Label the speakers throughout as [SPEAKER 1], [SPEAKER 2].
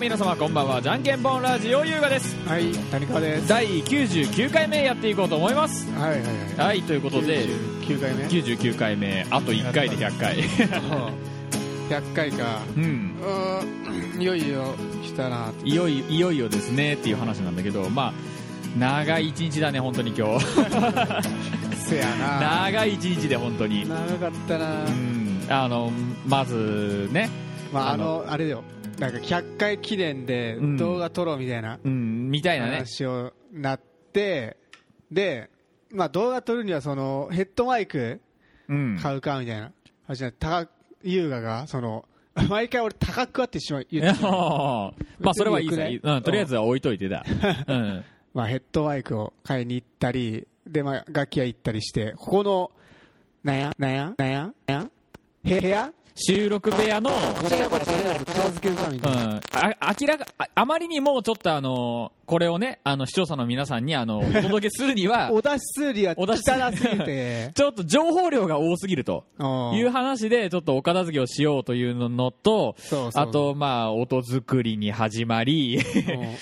[SPEAKER 1] 皆様こんばんはじゃんけんぽんラジオ優雅です
[SPEAKER 2] はい、谷川です。
[SPEAKER 1] 第99回目やっていこうと思います
[SPEAKER 2] はいはいはい。
[SPEAKER 1] はいということで
[SPEAKER 2] 九回目。
[SPEAKER 1] 99回目あと1回で100回
[SPEAKER 2] 百回か。
[SPEAKER 1] うん
[SPEAKER 2] うーん、いよいよ来たなって。
[SPEAKER 1] いよいいよいよですねっていう話なんだけどまあ長い一日だね本当に今日
[SPEAKER 2] せやな。
[SPEAKER 1] 長い一日で本当に
[SPEAKER 2] 長かったな
[SPEAKER 1] う。んあのまずね
[SPEAKER 2] まあ
[SPEAKER 1] あ
[SPEAKER 2] あ
[SPEAKER 1] の
[SPEAKER 2] のあれだよ。なんか百回記念で
[SPEAKER 1] うん
[SPEAKER 2] 動画撮ろうみたいな
[SPEAKER 1] うんみたいなね
[SPEAKER 2] 話をなって、で、まあ動画撮るにはそのヘッドマイク
[SPEAKER 1] うん
[SPEAKER 2] 買うかみたいな話になって、高優雅がその 毎回俺高くあってしまう言ってしまう
[SPEAKER 1] まあそれはいいさ、
[SPEAKER 2] よく
[SPEAKER 1] う
[SPEAKER 2] ない
[SPEAKER 1] ん、とりあえずは置いといて だ、うん、
[SPEAKER 2] まあ、ヘッドバイクを買いに行ったり、で、まあ、楽器屋行ったりして、ここの、なんや、なんや、なんや、なんや、へ部屋
[SPEAKER 1] 収録部屋の
[SPEAKER 2] ごちゃごちゃごちゃごちゃ片付けるかみ
[SPEAKER 1] う
[SPEAKER 2] た
[SPEAKER 1] ん、
[SPEAKER 2] いな。
[SPEAKER 1] あ明らかああまりにもちょっとあのこれをねあの視聴者の皆さんに あのお届けするには
[SPEAKER 2] お出し数理は
[SPEAKER 1] お出し数、
[SPEAKER 2] 汚すぎて
[SPEAKER 1] ちょっと情報量が多すぎると
[SPEAKER 2] うん
[SPEAKER 1] いう話でちょっとお片付けをしようというのと
[SPEAKER 2] そうそう
[SPEAKER 1] あとまあ音作りに始ま り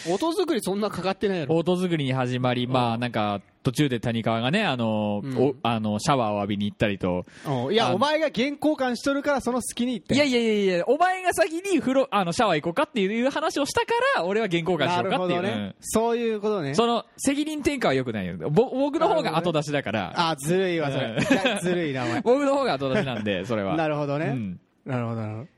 [SPEAKER 2] うん音作りそんなかかってないやろ。
[SPEAKER 1] 音作りに始まりまあなんか途中で谷川がねあの、
[SPEAKER 2] うん
[SPEAKER 1] おあのシャワーを浴びに行ったりと
[SPEAKER 2] うんい
[SPEAKER 1] あ
[SPEAKER 2] や、
[SPEAKER 1] の
[SPEAKER 2] お前が原稿感しとるから、その隙に行って。
[SPEAKER 1] いやいやいやいや、お前が先に風呂、あの、シャワー行こうかっていう話をしたから、俺は原稿会し
[SPEAKER 2] な
[SPEAKER 1] よう
[SPEAKER 2] る
[SPEAKER 1] かっ
[SPEAKER 2] ほ
[SPEAKER 1] ていう。
[SPEAKER 2] どね。そういうこと
[SPEAKER 1] う
[SPEAKER 2] ね
[SPEAKER 1] ん。その、責任転嫁は良くないよ。ぼ僕の方が後出しだから、。
[SPEAKER 2] あ、ずるいわ、それ。いやずるいな、お前
[SPEAKER 1] 僕の方が後出しなんで、それは。
[SPEAKER 2] な
[SPEAKER 1] る
[SPEAKER 2] るほど
[SPEAKER 1] ほう
[SPEAKER 2] ね。
[SPEAKER 1] ん。
[SPEAKER 2] なるほど、なるほど。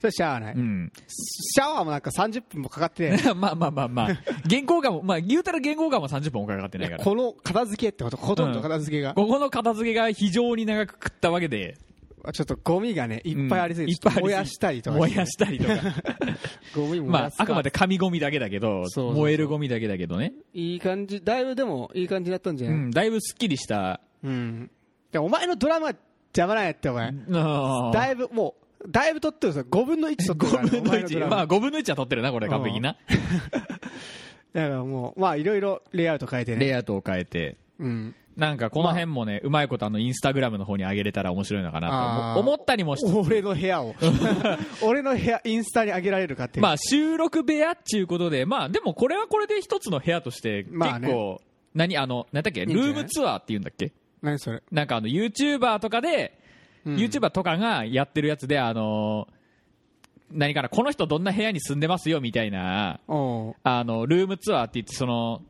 [SPEAKER 2] それしゃあない。
[SPEAKER 1] うん。
[SPEAKER 2] シャワーもなんか30分もかかってない。
[SPEAKER 1] まあまあまあまあ。原稿がも、まあ言うたら原稿がも30分もかかってないから。こ
[SPEAKER 2] この片付けってことほとんど片付けが、
[SPEAKER 1] この片付けが非常に長く食ったわけで。
[SPEAKER 2] ちょっとゴミがねいっぱいありすぎて、
[SPEAKER 1] うんいっぱいありすぎて
[SPEAKER 2] 燃やしたりとか
[SPEAKER 1] 燃やしたりと か。
[SPEAKER 2] ゴミ燃
[SPEAKER 1] ま
[SPEAKER 2] や
[SPEAKER 1] あ
[SPEAKER 2] す、か
[SPEAKER 1] あくまで紙ゴミだけだけど、
[SPEAKER 2] そうそうそう
[SPEAKER 1] 燃えるゴミだけだけどね。
[SPEAKER 2] いい感じだいぶでもいい感じだったんじゃ
[SPEAKER 1] う
[SPEAKER 2] ない
[SPEAKER 1] ん、だいぶスッキリした。
[SPEAKER 2] うん、でお前のドラマ邪魔なんやってお前、
[SPEAKER 1] だ
[SPEAKER 2] だいぶもうだいぶ撮ってるぞ5分の1撮ってるから、
[SPEAKER 1] 5分
[SPEAKER 2] お
[SPEAKER 1] の
[SPEAKER 2] 前ド
[SPEAKER 1] 1
[SPEAKER 2] ラマ
[SPEAKER 1] まあ5分の1は取ってるなこれ完璧にな
[SPEAKER 2] だからもうまあいろいろレイアウト変えて
[SPEAKER 1] レイ
[SPEAKER 2] ね
[SPEAKER 1] アウトを変えて
[SPEAKER 2] うん
[SPEAKER 1] なんかこの辺もね、うまいことあのインスタグラムの方に上げれたら面白いのかな
[SPEAKER 2] あ
[SPEAKER 1] と思
[SPEAKER 2] ー
[SPEAKER 1] 思ったりもして
[SPEAKER 2] 俺の部 屋を俺の部屋インスタに上げられるかっていう、
[SPEAKER 1] まあ収録部屋っていうことでまあでもこれはこれで一つの部屋として結構、
[SPEAKER 2] まあね
[SPEAKER 1] 何あの何だっけ
[SPEAKER 2] いん
[SPEAKER 1] ル
[SPEAKER 2] じゃない
[SPEAKER 1] ームツアーっていうんだっけ
[SPEAKER 2] 何それ、
[SPEAKER 1] なんかあの YouTuber とかで、
[SPEAKER 2] うん、
[SPEAKER 1] YouTuber とかがやってるやつであの何かなこの人どんな部屋に住んでますよみたいな
[SPEAKER 2] おう
[SPEAKER 1] あのルームツアーって言ってその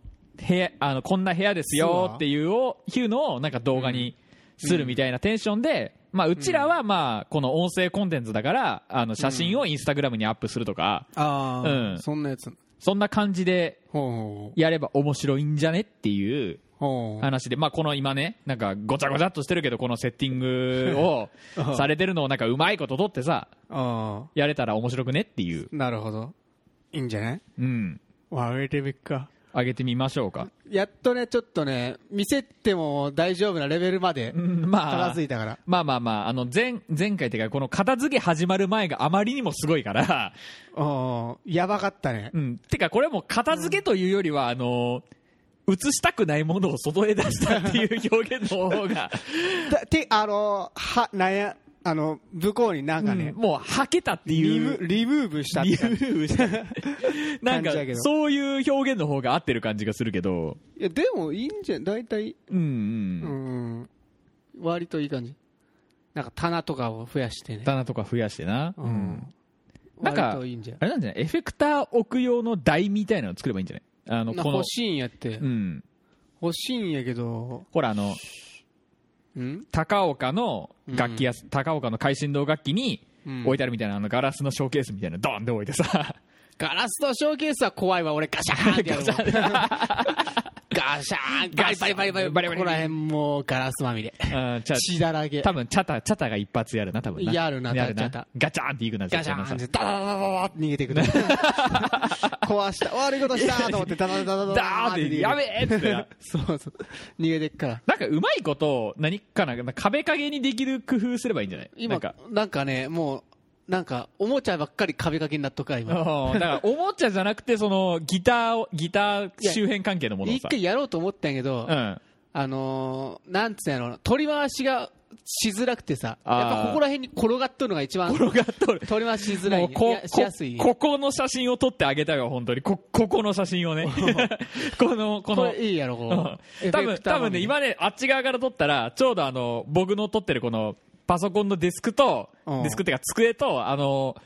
[SPEAKER 1] 部屋あのこんな部屋ですよっていうをいうのをなんか動画にするみたいなテンションで、まあ、うちらはまあこの音声コンテンツだからあの写真をインスタグラムにアップするとか、
[SPEAKER 2] ああ、
[SPEAKER 1] うん
[SPEAKER 2] そんなやつ
[SPEAKER 1] そんな感じで
[SPEAKER 2] ほう
[SPEAKER 1] やれば面白いんじゃねっていう
[SPEAKER 2] ほうほう
[SPEAKER 1] 話で、まあ、この今ねなんかごちゃごちゃっとしてるけどこのセッティング をされてるのをなんかうまいこと取ってさ
[SPEAKER 2] ああ
[SPEAKER 1] やれたら面白くねっていう、
[SPEAKER 2] なるほど。いいんじゃない
[SPEAKER 1] うん、
[SPEAKER 2] 上げてみっか。
[SPEAKER 1] 上げてみましょうか。
[SPEAKER 2] やっとね、ちょっとね、見せても大丈夫なレベルまで
[SPEAKER 1] うんまあ
[SPEAKER 2] 片付いたから。
[SPEAKER 1] まあまあまあ、あの前、前回っていうか、この片付け始まる前があまりにもすごいから、
[SPEAKER 2] うんやばかったね。
[SPEAKER 1] うん。てか、これも片付けというよりは、あの、映したくないものを外へ出したっていう表現の 方が、
[SPEAKER 2] だて、あの、は、なんや、あの、向こうになんか
[SPEAKER 1] うん
[SPEAKER 2] ね、
[SPEAKER 1] もうはけたって
[SPEAKER 2] リ
[SPEAKER 1] い
[SPEAKER 2] ム
[SPEAKER 1] う。
[SPEAKER 2] リムーブしたっ
[SPEAKER 1] 理
[SPEAKER 2] て感じ
[SPEAKER 1] 由 したなんか
[SPEAKER 2] 感じやけど
[SPEAKER 1] そういう表現の方が合ってる感じがするけど
[SPEAKER 2] いや、でもいいんじゃ、大体、
[SPEAKER 1] うんう
[SPEAKER 2] う
[SPEAKER 1] ん
[SPEAKER 2] ん、割といい感じ。なんか棚とかを増やしてね。
[SPEAKER 1] 棚とか増やしてな、
[SPEAKER 2] う
[SPEAKER 1] うん
[SPEAKER 2] ん。
[SPEAKER 1] なんか
[SPEAKER 2] 割といいんじゃ。
[SPEAKER 1] あれなんじゃないエフェクター置く用の台みたいなの作ればいいんじゃないあの
[SPEAKER 2] な
[SPEAKER 1] この
[SPEAKER 2] 欲、しいんやって
[SPEAKER 1] う。ん、
[SPEAKER 2] 欲しいんやけど、
[SPEAKER 1] ほらあの
[SPEAKER 2] うん
[SPEAKER 1] 高岡の楽器屋、高岡の海神堂楽器に
[SPEAKER 2] うん
[SPEAKER 1] 置いてあるみたいな、あのガラスのショーケースみたいなのドーンって置いて さ
[SPEAKER 2] ガラスのショーケースは怖いわ、 俺ガシャーンってやるもんガシャーン、ガリバリバリバリバリここら辺もうガラスまみれ。
[SPEAKER 1] うんちゃ
[SPEAKER 2] 血だらけ。
[SPEAKER 1] 多分チャタチャタが一発やるな多分な
[SPEAKER 2] やるな
[SPEAKER 1] やるな
[SPEAKER 2] チャタ
[SPEAKER 1] ガチャーンっていくな
[SPEAKER 2] ガシャ
[SPEAKER 1] 絶
[SPEAKER 2] ー
[SPEAKER 1] 対な
[SPEAKER 2] ンって、ダダダダダって逃げてい く。壊した。悪いことしたと思って、ダダダダダ
[SPEAKER 1] ダーンってやべ
[SPEAKER 2] え
[SPEAKER 1] えって
[SPEAKER 2] そうそう。逃げてくから。
[SPEAKER 1] なんかうまいこと何かな壁陰にできる工夫すればいいんじゃないな
[SPEAKER 2] 今
[SPEAKER 1] んか、
[SPEAKER 2] なんかね、もう、なんか、おもちゃばっかり壁掛けになっとくから、今。
[SPEAKER 1] うんだからおもちゃじゃなくてそのギターをギター周辺関係のものを
[SPEAKER 2] 一
[SPEAKER 1] さ
[SPEAKER 2] 回やろうと思ったんやけど、
[SPEAKER 1] うん
[SPEAKER 2] あのー、なんつうんやろうな、取り回しがしづらくてさ、
[SPEAKER 1] あー
[SPEAKER 2] やっぱここら辺に転がっとるのが一番
[SPEAKER 1] 転がっとる
[SPEAKER 2] 取り回しづら
[SPEAKER 1] も、
[SPEAKER 2] いうい
[SPEAKER 1] こ
[SPEAKER 2] やしやすい。
[SPEAKER 1] こここの写真を撮ってあげたよ本当にこここの写真 をね このこ
[SPEAKER 2] こ
[SPEAKER 1] の
[SPEAKER 2] れいいやろ、こ
[SPEAKER 1] う
[SPEAKER 2] う。
[SPEAKER 1] ん多分多分ね
[SPEAKER 2] 今
[SPEAKER 1] 今ねあっち側から撮ったらちょうどあの僕の撮ってるこのパソコンのデスクと
[SPEAKER 2] うん
[SPEAKER 1] デスクっていうか机とあの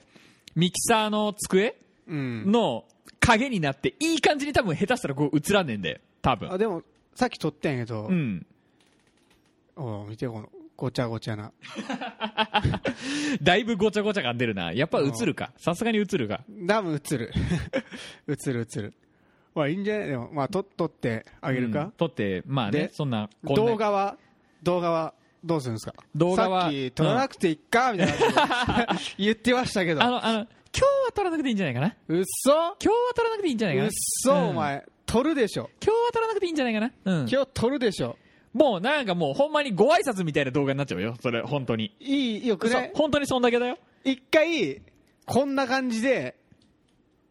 [SPEAKER 1] ミキサーの机
[SPEAKER 2] うん。
[SPEAKER 1] の影になっていい感じに多分下手したらこう映らねえんだよ多
[SPEAKER 2] あ、
[SPEAKER 1] 分
[SPEAKER 2] でも、さっき撮ったんやけど
[SPEAKER 1] う、ん
[SPEAKER 2] おう見てこの、ごちゃごちゃな。
[SPEAKER 1] だいぶごちゃごちゃ感出るなやっぱ映るかさすがに映るか
[SPEAKER 2] ダム映る。 映る映る。まあいいんじゃないでも、まあ撮撮ってあげる
[SPEAKER 1] うん
[SPEAKER 2] か
[SPEAKER 1] 撮ってまあね
[SPEAKER 2] で
[SPEAKER 1] そんなこんな
[SPEAKER 2] 動画は、動画は、どうするんですか
[SPEAKER 1] 動画は
[SPEAKER 2] さっき撮らなくていいかみたいな。 言ってましたけど
[SPEAKER 1] あ。のあの今日は撮らなくていいんじゃないかな
[SPEAKER 2] うっそ
[SPEAKER 1] 今日は撮らなくていいんじゃないか
[SPEAKER 2] う
[SPEAKER 1] な
[SPEAKER 2] っそ、
[SPEAKER 1] うん
[SPEAKER 2] お前。撮るでしょ。
[SPEAKER 1] 今日は撮らなくていいんじゃないかなうん
[SPEAKER 2] 今日撮るでしょ。
[SPEAKER 1] もうなんかもうほんまにご挨拶みたいな動画になっちゃうよそれ本当に
[SPEAKER 2] いい、よく
[SPEAKER 1] そう
[SPEAKER 2] ね。
[SPEAKER 1] 本当にそんだけだよ
[SPEAKER 2] 一回、こんな感じで、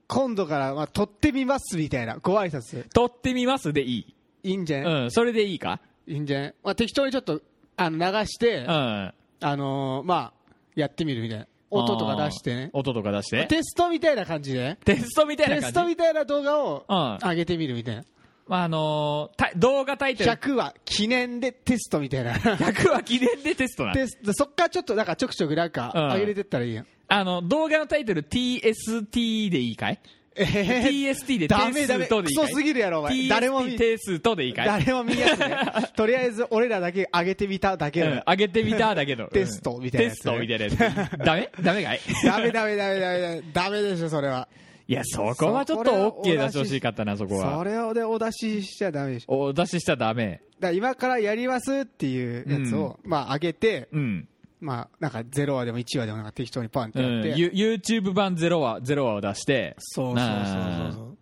[SPEAKER 2] 今度から、まあ、撮ってみますみたいな、ご挨拶。
[SPEAKER 1] 撮ってみますでいい
[SPEAKER 2] いいんじゃない、
[SPEAKER 1] うんそれでいいか
[SPEAKER 2] いいんじゃないまあ、適当にちょっと、あの、流し
[SPEAKER 1] う
[SPEAKER 2] て、
[SPEAKER 1] ん
[SPEAKER 2] あのーまあ、やってみるみたいな。音とか出してね。
[SPEAKER 1] 音とか出して
[SPEAKER 2] テストみたいな感じで、
[SPEAKER 1] テストみたい
[SPEAKER 2] テ
[SPEAKER 1] な
[SPEAKER 2] スト
[SPEAKER 1] 感じ
[SPEAKER 2] みたいな動画を
[SPEAKER 1] うん
[SPEAKER 2] 上げてみるみたいな。
[SPEAKER 1] まああのータイ動画タイトル
[SPEAKER 2] 100は記念でテストみたいな。
[SPEAKER 1] 100は記念でテストな
[SPEAKER 2] テスト、そっからちょっとなんかちょくちょくなんか
[SPEAKER 1] うん
[SPEAKER 2] 上げれてったらいいやん。
[SPEAKER 1] あの動画のタイトル TST でいいかい
[SPEAKER 2] えへへ
[SPEAKER 1] TST で
[SPEAKER 2] ダメダメ。
[SPEAKER 1] 定数と
[SPEAKER 2] ク
[SPEAKER 1] でいい
[SPEAKER 2] ソ
[SPEAKER 1] かい
[SPEAKER 2] すぎるやろ、お前。誰も
[SPEAKER 1] TST
[SPEAKER 2] 見、
[SPEAKER 1] 定数とでいいかい
[SPEAKER 2] 誰も見やすね。 とりあえず俺らだけ上げてみただけ
[SPEAKER 1] う
[SPEAKER 2] だ
[SPEAKER 1] ん
[SPEAKER 2] よ、
[SPEAKER 1] 上げてみただけど
[SPEAKER 2] テストみたいなやつ
[SPEAKER 1] テストみたいなやつ ダメダメかい
[SPEAKER 2] ダメダメダメダメダメ。ダメでしょ、それは。
[SPEAKER 1] いやそこはちょっと OK 出してほしかったなそこは
[SPEAKER 2] それをでお出ししちゃダメでしょ。
[SPEAKER 1] お出ししちゃダメ
[SPEAKER 2] だから今からやりますっていうやつを、まあ上げて、
[SPEAKER 1] うん、
[SPEAKER 2] まあなんか0話でも1話でもなんか適当にパンって
[SPEAKER 1] う
[SPEAKER 2] やっ
[SPEAKER 1] ん、
[SPEAKER 2] て。
[SPEAKER 1] ユ YouTube 版ゼロ話ゼロ話を出して
[SPEAKER 2] そうそうそうそうう。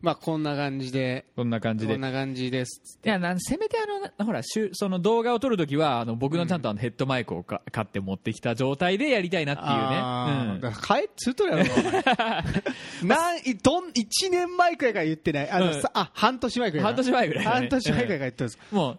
[SPEAKER 2] まあこんな感じで、
[SPEAKER 1] こんな感じ
[SPEAKER 2] こ
[SPEAKER 1] で
[SPEAKER 2] んな感じです。
[SPEAKER 1] いやなんせめてあのなほらしゅその動画を撮るときはあの僕のちゃんとあのヘッドマイクをか買って持ってきた状態でやりたいなっていうね、
[SPEAKER 2] あー変えっつうとるやろ、お 前なんいどん1年前くらいから言ってない、あの
[SPEAKER 1] うん
[SPEAKER 2] さあ半年前く
[SPEAKER 1] う
[SPEAKER 2] ら
[SPEAKER 1] ん、
[SPEAKER 2] いかな
[SPEAKER 1] 半年前ぐらいだね、
[SPEAKER 2] 半年前くらいから言ってるんです、
[SPEAKER 1] うんも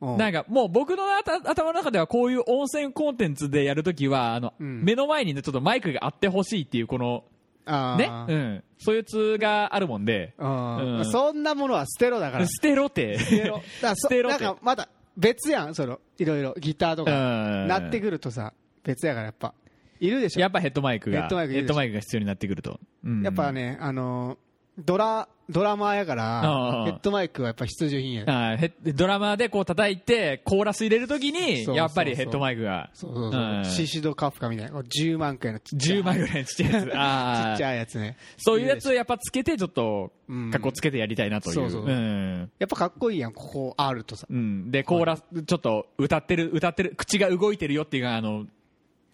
[SPEAKER 2] う
[SPEAKER 1] うんなんかもう僕のあた頭の中ではこういう温泉コンテンツでやるときはあの、
[SPEAKER 2] うん
[SPEAKER 1] 目の前にねちょっとマイクがあってほしいっていうこの
[SPEAKER 2] あ
[SPEAKER 1] ね
[SPEAKER 2] ー
[SPEAKER 1] うんそういう通があるもんで
[SPEAKER 2] うん
[SPEAKER 1] うん
[SPEAKER 2] そんなものは捨てろだから、
[SPEAKER 1] 捨てろって
[SPEAKER 2] 捨てろ、だから
[SPEAKER 1] 捨
[SPEAKER 2] そ
[SPEAKER 1] てろっ
[SPEAKER 2] な
[SPEAKER 1] て
[SPEAKER 2] んかまた別やん、そのいろいろギターとかな
[SPEAKER 1] な
[SPEAKER 2] ってくるとさ、別やからやっぱ、いるでし ょ、
[SPEAKER 1] やっぱヘッドマイクが
[SPEAKER 2] ヘッドマイクいるでしょ
[SPEAKER 1] が必要になってくると、うん
[SPEAKER 2] やっぱね、あのードラドラマーやから
[SPEAKER 1] あー、
[SPEAKER 2] ヘッドマイクはやっぱ必需品やね
[SPEAKER 1] あーヘッドラマーでこう叩いてコーラス入れるときに
[SPEAKER 2] そうそうそう
[SPEAKER 1] やっぱりヘッドマイクが
[SPEAKER 2] そうそうそう、
[SPEAKER 1] うん
[SPEAKER 2] シシドカフカみたいな、こう10万くらいのちっちゃい
[SPEAKER 1] 10枚ぐらいのちっちゃいやつ
[SPEAKER 2] ち
[SPEAKER 1] あ
[SPEAKER 2] っち
[SPEAKER 1] ー
[SPEAKER 2] ゃいやつね。
[SPEAKER 1] そういうやつをやっぱつけてちょっと
[SPEAKER 2] うん
[SPEAKER 1] かっこつけてやりたいなという
[SPEAKER 2] そうそう
[SPEAKER 1] うん
[SPEAKER 2] やっぱかっこいいやん、ここあるとさ。
[SPEAKER 1] うんでコーラスちょっと歌ってる歌ってる口が動いてるよっていうのがあの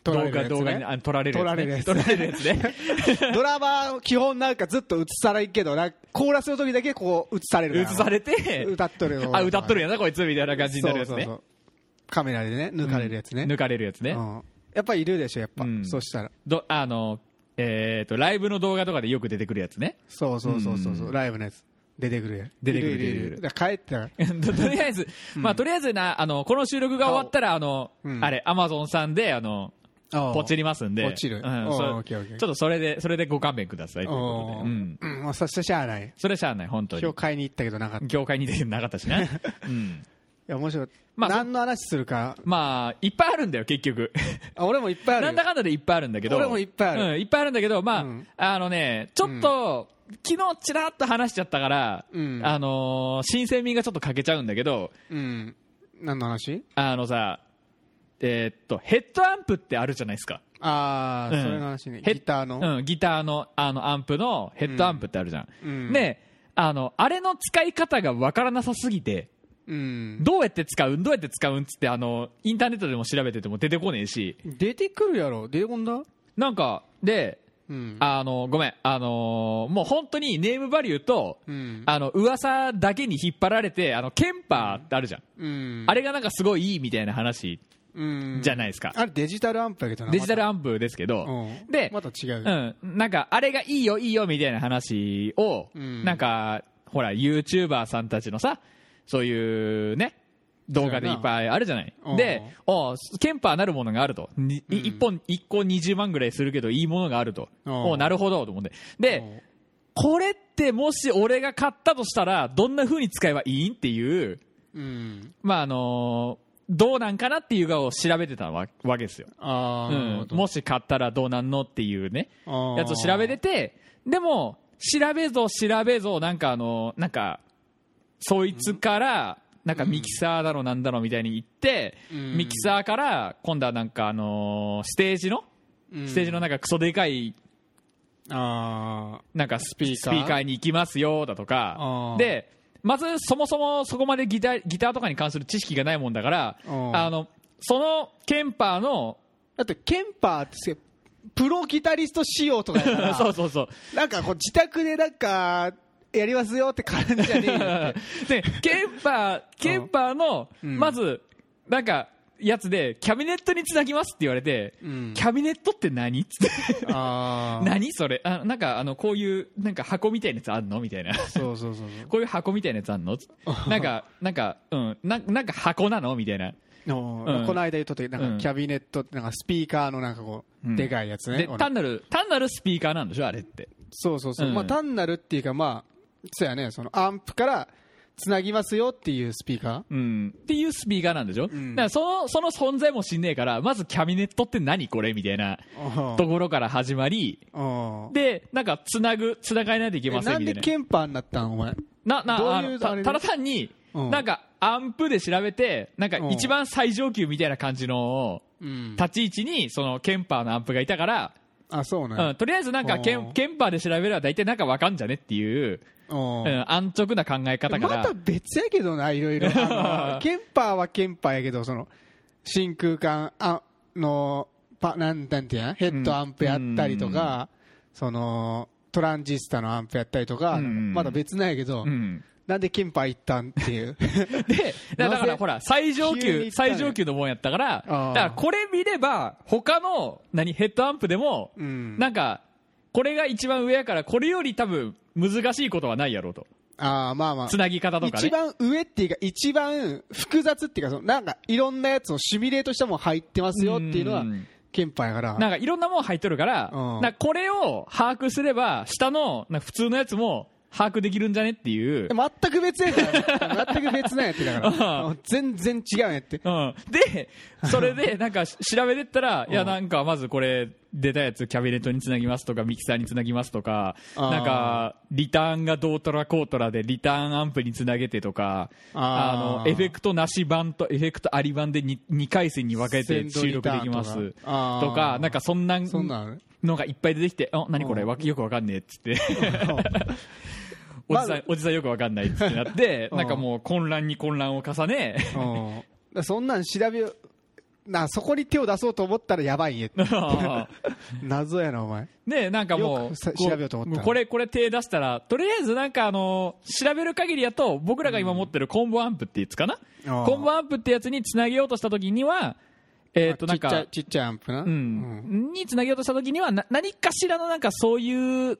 [SPEAKER 1] 動
[SPEAKER 2] 撮られる
[SPEAKER 1] 画
[SPEAKER 2] やつね
[SPEAKER 1] 動画にあの撮られるやつね
[SPEAKER 2] 撮
[SPEAKER 1] 撮
[SPEAKER 2] ら
[SPEAKER 1] られる
[SPEAKER 2] れるや
[SPEAKER 1] や
[SPEAKER 2] つ
[SPEAKER 1] つね
[SPEAKER 2] ドラマは基本なんかずっと映さないけど、なんかコーラスの時だけこう映される
[SPEAKER 1] 映されて
[SPEAKER 2] 歌っとる
[SPEAKER 1] あ歌っとる
[SPEAKER 2] や
[SPEAKER 1] やなこいつみたいな感じになるやつね
[SPEAKER 2] カメラでね、抜かれるやつね。
[SPEAKER 1] 抜かれるやつね
[SPEAKER 2] うんやっぱいるでしょ、やっぱ。
[SPEAKER 1] うん
[SPEAKER 2] そうしたら。
[SPEAKER 1] どあのえっ、とライブの動画とかでよく出てくるやつね
[SPEAKER 2] そうそうそうそうそう、ライブのやつ。出てくるやん。
[SPEAKER 1] 出てくる
[SPEAKER 2] いいい
[SPEAKER 1] 出てく
[SPEAKER 2] い
[SPEAKER 1] る
[SPEAKER 2] だから帰ったら。
[SPEAKER 1] とりあえず、まあとりあえずなあのこの収録が終わったらあの、
[SPEAKER 2] うん
[SPEAKER 1] あれアマゾンさんであの
[SPEAKER 2] あー
[SPEAKER 1] ポチりますんで
[SPEAKER 2] ポチる
[SPEAKER 1] うん
[SPEAKER 2] おう
[SPEAKER 1] それ
[SPEAKER 2] オッケーオッケー
[SPEAKER 1] ちょっとそれでそれでご勘弁くださいということで、
[SPEAKER 2] う
[SPEAKER 1] うんん、
[SPEAKER 2] うん、もうそしてしゃあない。
[SPEAKER 1] それはしゃあない本当
[SPEAKER 2] 今
[SPEAKER 1] に
[SPEAKER 2] 日買いに行ったけどなかった。い
[SPEAKER 1] 業界に出てなかったしな、 うん、
[SPEAKER 2] や、面白い。
[SPEAKER 1] まあ
[SPEAKER 2] 何の話するか。
[SPEAKER 1] まあいっぱいあるんだよ結局
[SPEAKER 2] あ俺もいっぱいあるよ。
[SPEAKER 1] なんだかんだでいっぱいあるんだけど
[SPEAKER 2] 俺もいっぱいある
[SPEAKER 1] うん、いっぱいあるんだけどまあ、
[SPEAKER 2] うん
[SPEAKER 1] あのねちょっと、昨日ちらっと話しちゃったから、
[SPEAKER 2] うん
[SPEAKER 1] あのー新鮮味がちょっと欠けちゃうんだけど
[SPEAKER 2] うん。何の話
[SPEAKER 1] あのさえーっとヘッドアンプってあるじゃないですか
[SPEAKER 2] ああ、
[SPEAKER 1] うん
[SPEAKER 2] それの話ね。
[SPEAKER 1] ヘッ
[SPEAKER 2] ギターの。
[SPEAKER 1] うん、ギターのあのアンプのヘッドアンプってあるじゃん、
[SPEAKER 2] うん
[SPEAKER 1] であのあれの使い方がわからなさすぎて
[SPEAKER 2] うん。
[SPEAKER 1] どうやって使うんどうやって使うんっつってあのインターネットでも調べてても出てこねえし
[SPEAKER 2] 出てくるやろ。出てこんだ
[SPEAKER 1] なんかで
[SPEAKER 2] うん。
[SPEAKER 1] あのごめんあのーもう本当にネームバリューと、
[SPEAKER 2] うん。
[SPEAKER 1] あの噂だけに引っ張られてあのケンパーってあるじゃん、
[SPEAKER 2] うん。
[SPEAKER 1] あれがなんかすごいいいみたいな話
[SPEAKER 2] うん。
[SPEAKER 1] じゃないですか、
[SPEAKER 2] あれデジタルアンプやけどな。
[SPEAKER 1] デジタル
[SPEAKER 2] アン
[SPEAKER 1] アンプですけど、
[SPEAKER 2] うん
[SPEAKER 1] で、
[SPEAKER 2] また違う
[SPEAKER 1] うん、なんかあれがいいよいいよみたいな話を、
[SPEAKER 2] うん
[SPEAKER 1] なんかほら YouTuber さんたちのさそういうね動画でいっぱいあるじゃない
[SPEAKER 2] うん
[SPEAKER 1] でおケンパーなるものがあるとにい一本一個20万ぐらいするけどいいものがあると
[SPEAKER 2] うん
[SPEAKER 1] おなるほどと思ってでこれってもし俺が買ったとしたらどんな風に使えばいいんっていう
[SPEAKER 2] うん。
[SPEAKER 1] まああのーどうなんかなっていう側を調べてたわわけですよ、
[SPEAKER 2] ああ、なるほ
[SPEAKER 1] うん、
[SPEAKER 2] ど
[SPEAKER 1] もし買ったらどうなんのっていうね
[SPEAKER 2] あー
[SPEAKER 1] やつを調べててでも調べぞ調べぞなんかあのなんかそいつからなんかミキサーだろなんだろみたいに行って、
[SPEAKER 2] うん
[SPEAKER 1] ミキサーから今度はなんかあのーステージの、
[SPEAKER 2] うん
[SPEAKER 1] ステージのなんかクソでかい
[SPEAKER 2] あ
[SPEAKER 1] なんかス
[SPEAKER 2] ピーカー
[SPEAKER 1] に行きますよだとか
[SPEAKER 2] あー
[SPEAKER 1] でまずそもそもそこまでギターギターとかに関する知識がないもんだから
[SPEAKER 2] うん
[SPEAKER 1] あのそのケンパー の
[SPEAKER 2] あ。だって、ケンパーって、プロギタリスト仕様とかやか ら
[SPEAKER 1] そうそうそう
[SPEAKER 2] なんかこう自宅でなんか、やりますよって感じじゃねえよって。
[SPEAKER 1] でケンパーケンパーの
[SPEAKER 2] うん
[SPEAKER 1] まずなんかやつでキャビネットにつなぎますって言われて、
[SPEAKER 2] うん
[SPEAKER 1] キャビネットって何 っつって
[SPEAKER 2] ああ。
[SPEAKER 1] 何それ あなんかあのこういうなんか箱みたいなやつあんのみたいな
[SPEAKER 2] そうそうそう
[SPEAKER 1] こういう箱みたいなやつあ んのつってなんかなんかうんななんか箱なのみたいな
[SPEAKER 2] そう。
[SPEAKER 1] うん
[SPEAKER 2] この間言っとって、なん
[SPEAKER 1] うん
[SPEAKER 2] かキャビネットって、なんかスピーカーのなんかこう、
[SPEAKER 1] うん
[SPEAKER 2] でかいやつね
[SPEAKER 1] で。
[SPEAKER 2] 俺
[SPEAKER 1] 単なる単なるスピーカーなんでしょあれって
[SPEAKER 2] そうそうそう。
[SPEAKER 1] うん
[SPEAKER 2] まあ単なるっていうか、まあ、そうやね、そのアンプからつなぎますよっていうスピーカ
[SPEAKER 1] うん、っていうスピーカーなんでしょ、
[SPEAKER 2] ん
[SPEAKER 1] だからそのその存在も知んねえからまずキャビネットって何これみたいな
[SPEAKER 2] ー。
[SPEAKER 1] ところから始まり
[SPEAKER 2] うん
[SPEAKER 1] でなんかつなぐつながえないといけま
[SPEAKER 2] え
[SPEAKER 1] せ
[SPEAKER 2] なんん
[SPEAKER 1] みたい
[SPEAKER 2] で
[SPEAKER 1] な
[SPEAKER 2] ケンパーになったんお前。
[SPEAKER 1] なな
[SPEAKER 2] どういう
[SPEAKER 1] あの
[SPEAKER 2] あ
[SPEAKER 1] た
[SPEAKER 2] れで
[SPEAKER 1] ただ単に、
[SPEAKER 2] うん
[SPEAKER 1] なんかアンプで調べてなんか
[SPEAKER 2] うん
[SPEAKER 1] 一番最上級みたいな感じの
[SPEAKER 2] うん。
[SPEAKER 1] 立ち位置にそのケンパーのアンプがいたから、
[SPEAKER 2] あ、そう
[SPEAKER 1] うん
[SPEAKER 2] ね。
[SPEAKER 1] とりあえずなんかケ
[SPEAKER 2] う
[SPEAKER 1] ン
[SPEAKER 2] ん
[SPEAKER 1] ケンパーで調べれば大体なんかわかんじゃねっていう、
[SPEAKER 2] うん
[SPEAKER 1] うん、安直な考え方か
[SPEAKER 2] ま
[SPEAKER 1] ら、
[SPEAKER 2] た別やけどな、いろ いろ。あのケンパーはケンパーやけど、その、真空管あの、パなんなんていうんやヘッドアンプやったりとか、その、トランジスタのアンプやったりとか、
[SPEAKER 1] うん
[SPEAKER 2] まだ別なんやけど
[SPEAKER 1] う、ん、
[SPEAKER 2] なんでケンパー行ったんっ ていう。
[SPEAKER 1] で、だだか
[SPEAKER 2] な
[SPEAKER 1] ら
[SPEAKER 2] ぜ
[SPEAKER 1] ほら、最上
[SPEAKER 2] 急
[SPEAKER 1] 級、
[SPEAKER 2] に行ったね
[SPEAKER 1] 最上級のもんやったから、だ
[SPEAKER 2] あ
[SPEAKER 1] か
[SPEAKER 2] ー
[SPEAKER 1] らこれ見れば、他の、何、ヘッドアンプでも、
[SPEAKER 2] うん
[SPEAKER 1] なんか、これが一番上やから、これより多分、難しいことはないやろうと。
[SPEAKER 2] ああ、まあまあ。
[SPEAKER 1] つなぎ方とかね
[SPEAKER 2] 一。番上っていうか、一番複雑っていうか、そのなんかいろんなやつをシミュレートしたもん入ってますよっていうのは
[SPEAKER 1] うん、
[SPEAKER 2] ケンパーやから。
[SPEAKER 1] なんかいろんなもん入っとるから、
[SPEAKER 2] うん
[SPEAKER 1] なんかこれを把握すれば、下の、なんか普通のやつも、把握できるんじゃねっていう。
[SPEAKER 2] 全く別やから。全く別なんやって だか
[SPEAKER 1] う
[SPEAKER 2] ら。全然違うんやって。
[SPEAKER 1] うん、で、それ でなんかし調べてったら、いや、
[SPEAKER 2] うん
[SPEAKER 1] なんかまずこれ、出たやつ、キャビネットにつなぎますとか、ミキサーにつなぎますとか、
[SPEAKER 2] あー
[SPEAKER 1] なんか、リターンがどうとらこうとらで、リターンアンプにつなげてとか、あ
[SPEAKER 2] あー
[SPEAKER 1] のエフェクトなし版とエフェクトあり版で 2, 回戦に分けて収録できます
[SPEAKER 2] センド
[SPEAKER 1] と
[SPEAKER 2] リターンとかあー
[SPEAKER 1] か、なんかそんな
[SPEAKER 2] そんなんある
[SPEAKER 1] のがいっぱい出てきて、あ何これ、
[SPEAKER 2] うん
[SPEAKER 1] わよくわかんねえっつって。お
[SPEAKER 2] まあ
[SPEAKER 1] じさん、おじさんよくわかんないっつってなって、
[SPEAKER 2] うん
[SPEAKER 1] なんかもう混乱に混乱を重ね、
[SPEAKER 2] うんだからそんなん調べようなそこに手を出そうと思ったらやばいんやって 謎やなお前
[SPEAKER 1] ねなんかも
[SPEAKER 2] よ
[SPEAKER 1] う
[SPEAKER 2] くさ
[SPEAKER 1] こう
[SPEAKER 2] 調べようと思った
[SPEAKER 1] もこれこれ手出したらとりあえずなんかあの調べる限りやと僕らが今持ってるコンボアンプってやつかな、
[SPEAKER 2] ああ
[SPEAKER 1] コンボアンプってやつにつなげようとした時にはえっ、となん
[SPEAKER 2] ちっちゃ
[SPEAKER 1] か
[SPEAKER 2] いちっちゃいアンプな、
[SPEAKER 1] う
[SPEAKER 2] うん
[SPEAKER 1] んにつなげようとした時にはな何かしらのなんかそういう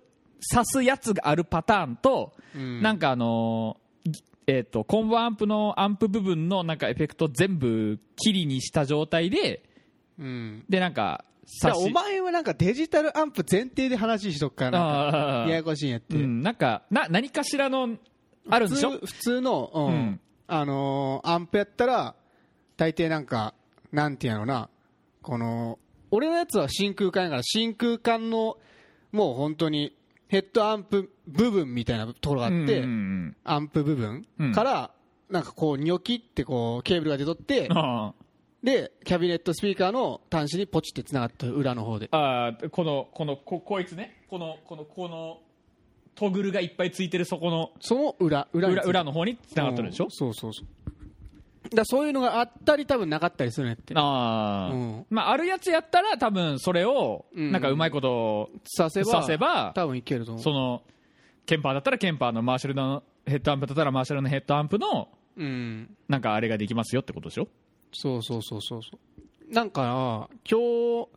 [SPEAKER 1] 刺すやつがあるパターンと、
[SPEAKER 2] うん
[SPEAKER 1] なんかあのぎえっ、とコンボアンプのアンプ部分のなんかエフェクト全部切りにした状態で
[SPEAKER 2] うん
[SPEAKER 1] でなんか刺
[SPEAKER 2] だから
[SPEAKER 1] し
[SPEAKER 2] お前はなんかデジタルアンプ前提で話しとくからなん
[SPEAKER 1] あ
[SPEAKER 2] か
[SPEAKER 1] あ
[SPEAKER 2] ややこしいんやって、
[SPEAKER 1] うん、なんかな何かしらのあるん
[SPEAKER 2] 普
[SPEAKER 1] でしょ
[SPEAKER 2] 通普通の、うん
[SPEAKER 1] うん
[SPEAKER 2] あのーアンプやったら大抵なんかなんていうのなこの俺のやつは真空管やから真空管のもう本当にヘッドアンプ部分みたいなところがあって、
[SPEAKER 1] うん
[SPEAKER 2] アンプ部分
[SPEAKER 1] うん
[SPEAKER 2] から、なんかこうニョキってこうケーブルが出とって
[SPEAKER 1] うんうんあ
[SPEAKER 2] でキャビネットスピーカーの端子にポチってつながってる裏の方で
[SPEAKER 1] あああこのこのここいつねこのこのこのトグルがいっぱいついてるそこの
[SPEAKER 2] その裏裏につい
[SPEAKER 1] 裏
[SPEAKER 2] て
[SPEAKER 1] 裏の方につながってるでしょ
[SPEAKER 2] うん、そうそうそうだからそういうのがあったり多分なかったりするねって
[SPEAKER 1] ああ、
[SPEAKER 2] うん
[SPEAKER 1] まああるやつやったら多分それを
[SPEAKER 2] うん
[SPEAKER 1] なんかうまいこと
[SPEAKER 2] させば
[SPEAKER 1] させば
[SPEAKER 2] 多分いけると思う
[SPEAKER 1] そのケンパーだったらケンパーのマーシャルのヘッドアンプだったらマーシャルのヘッドアンプの
[SPEAKER 2] うん
[SPEAKER 1] なんかあれができますよってことでしょ
[SPEAKER 2] そうそうそうそうそうなんかな今日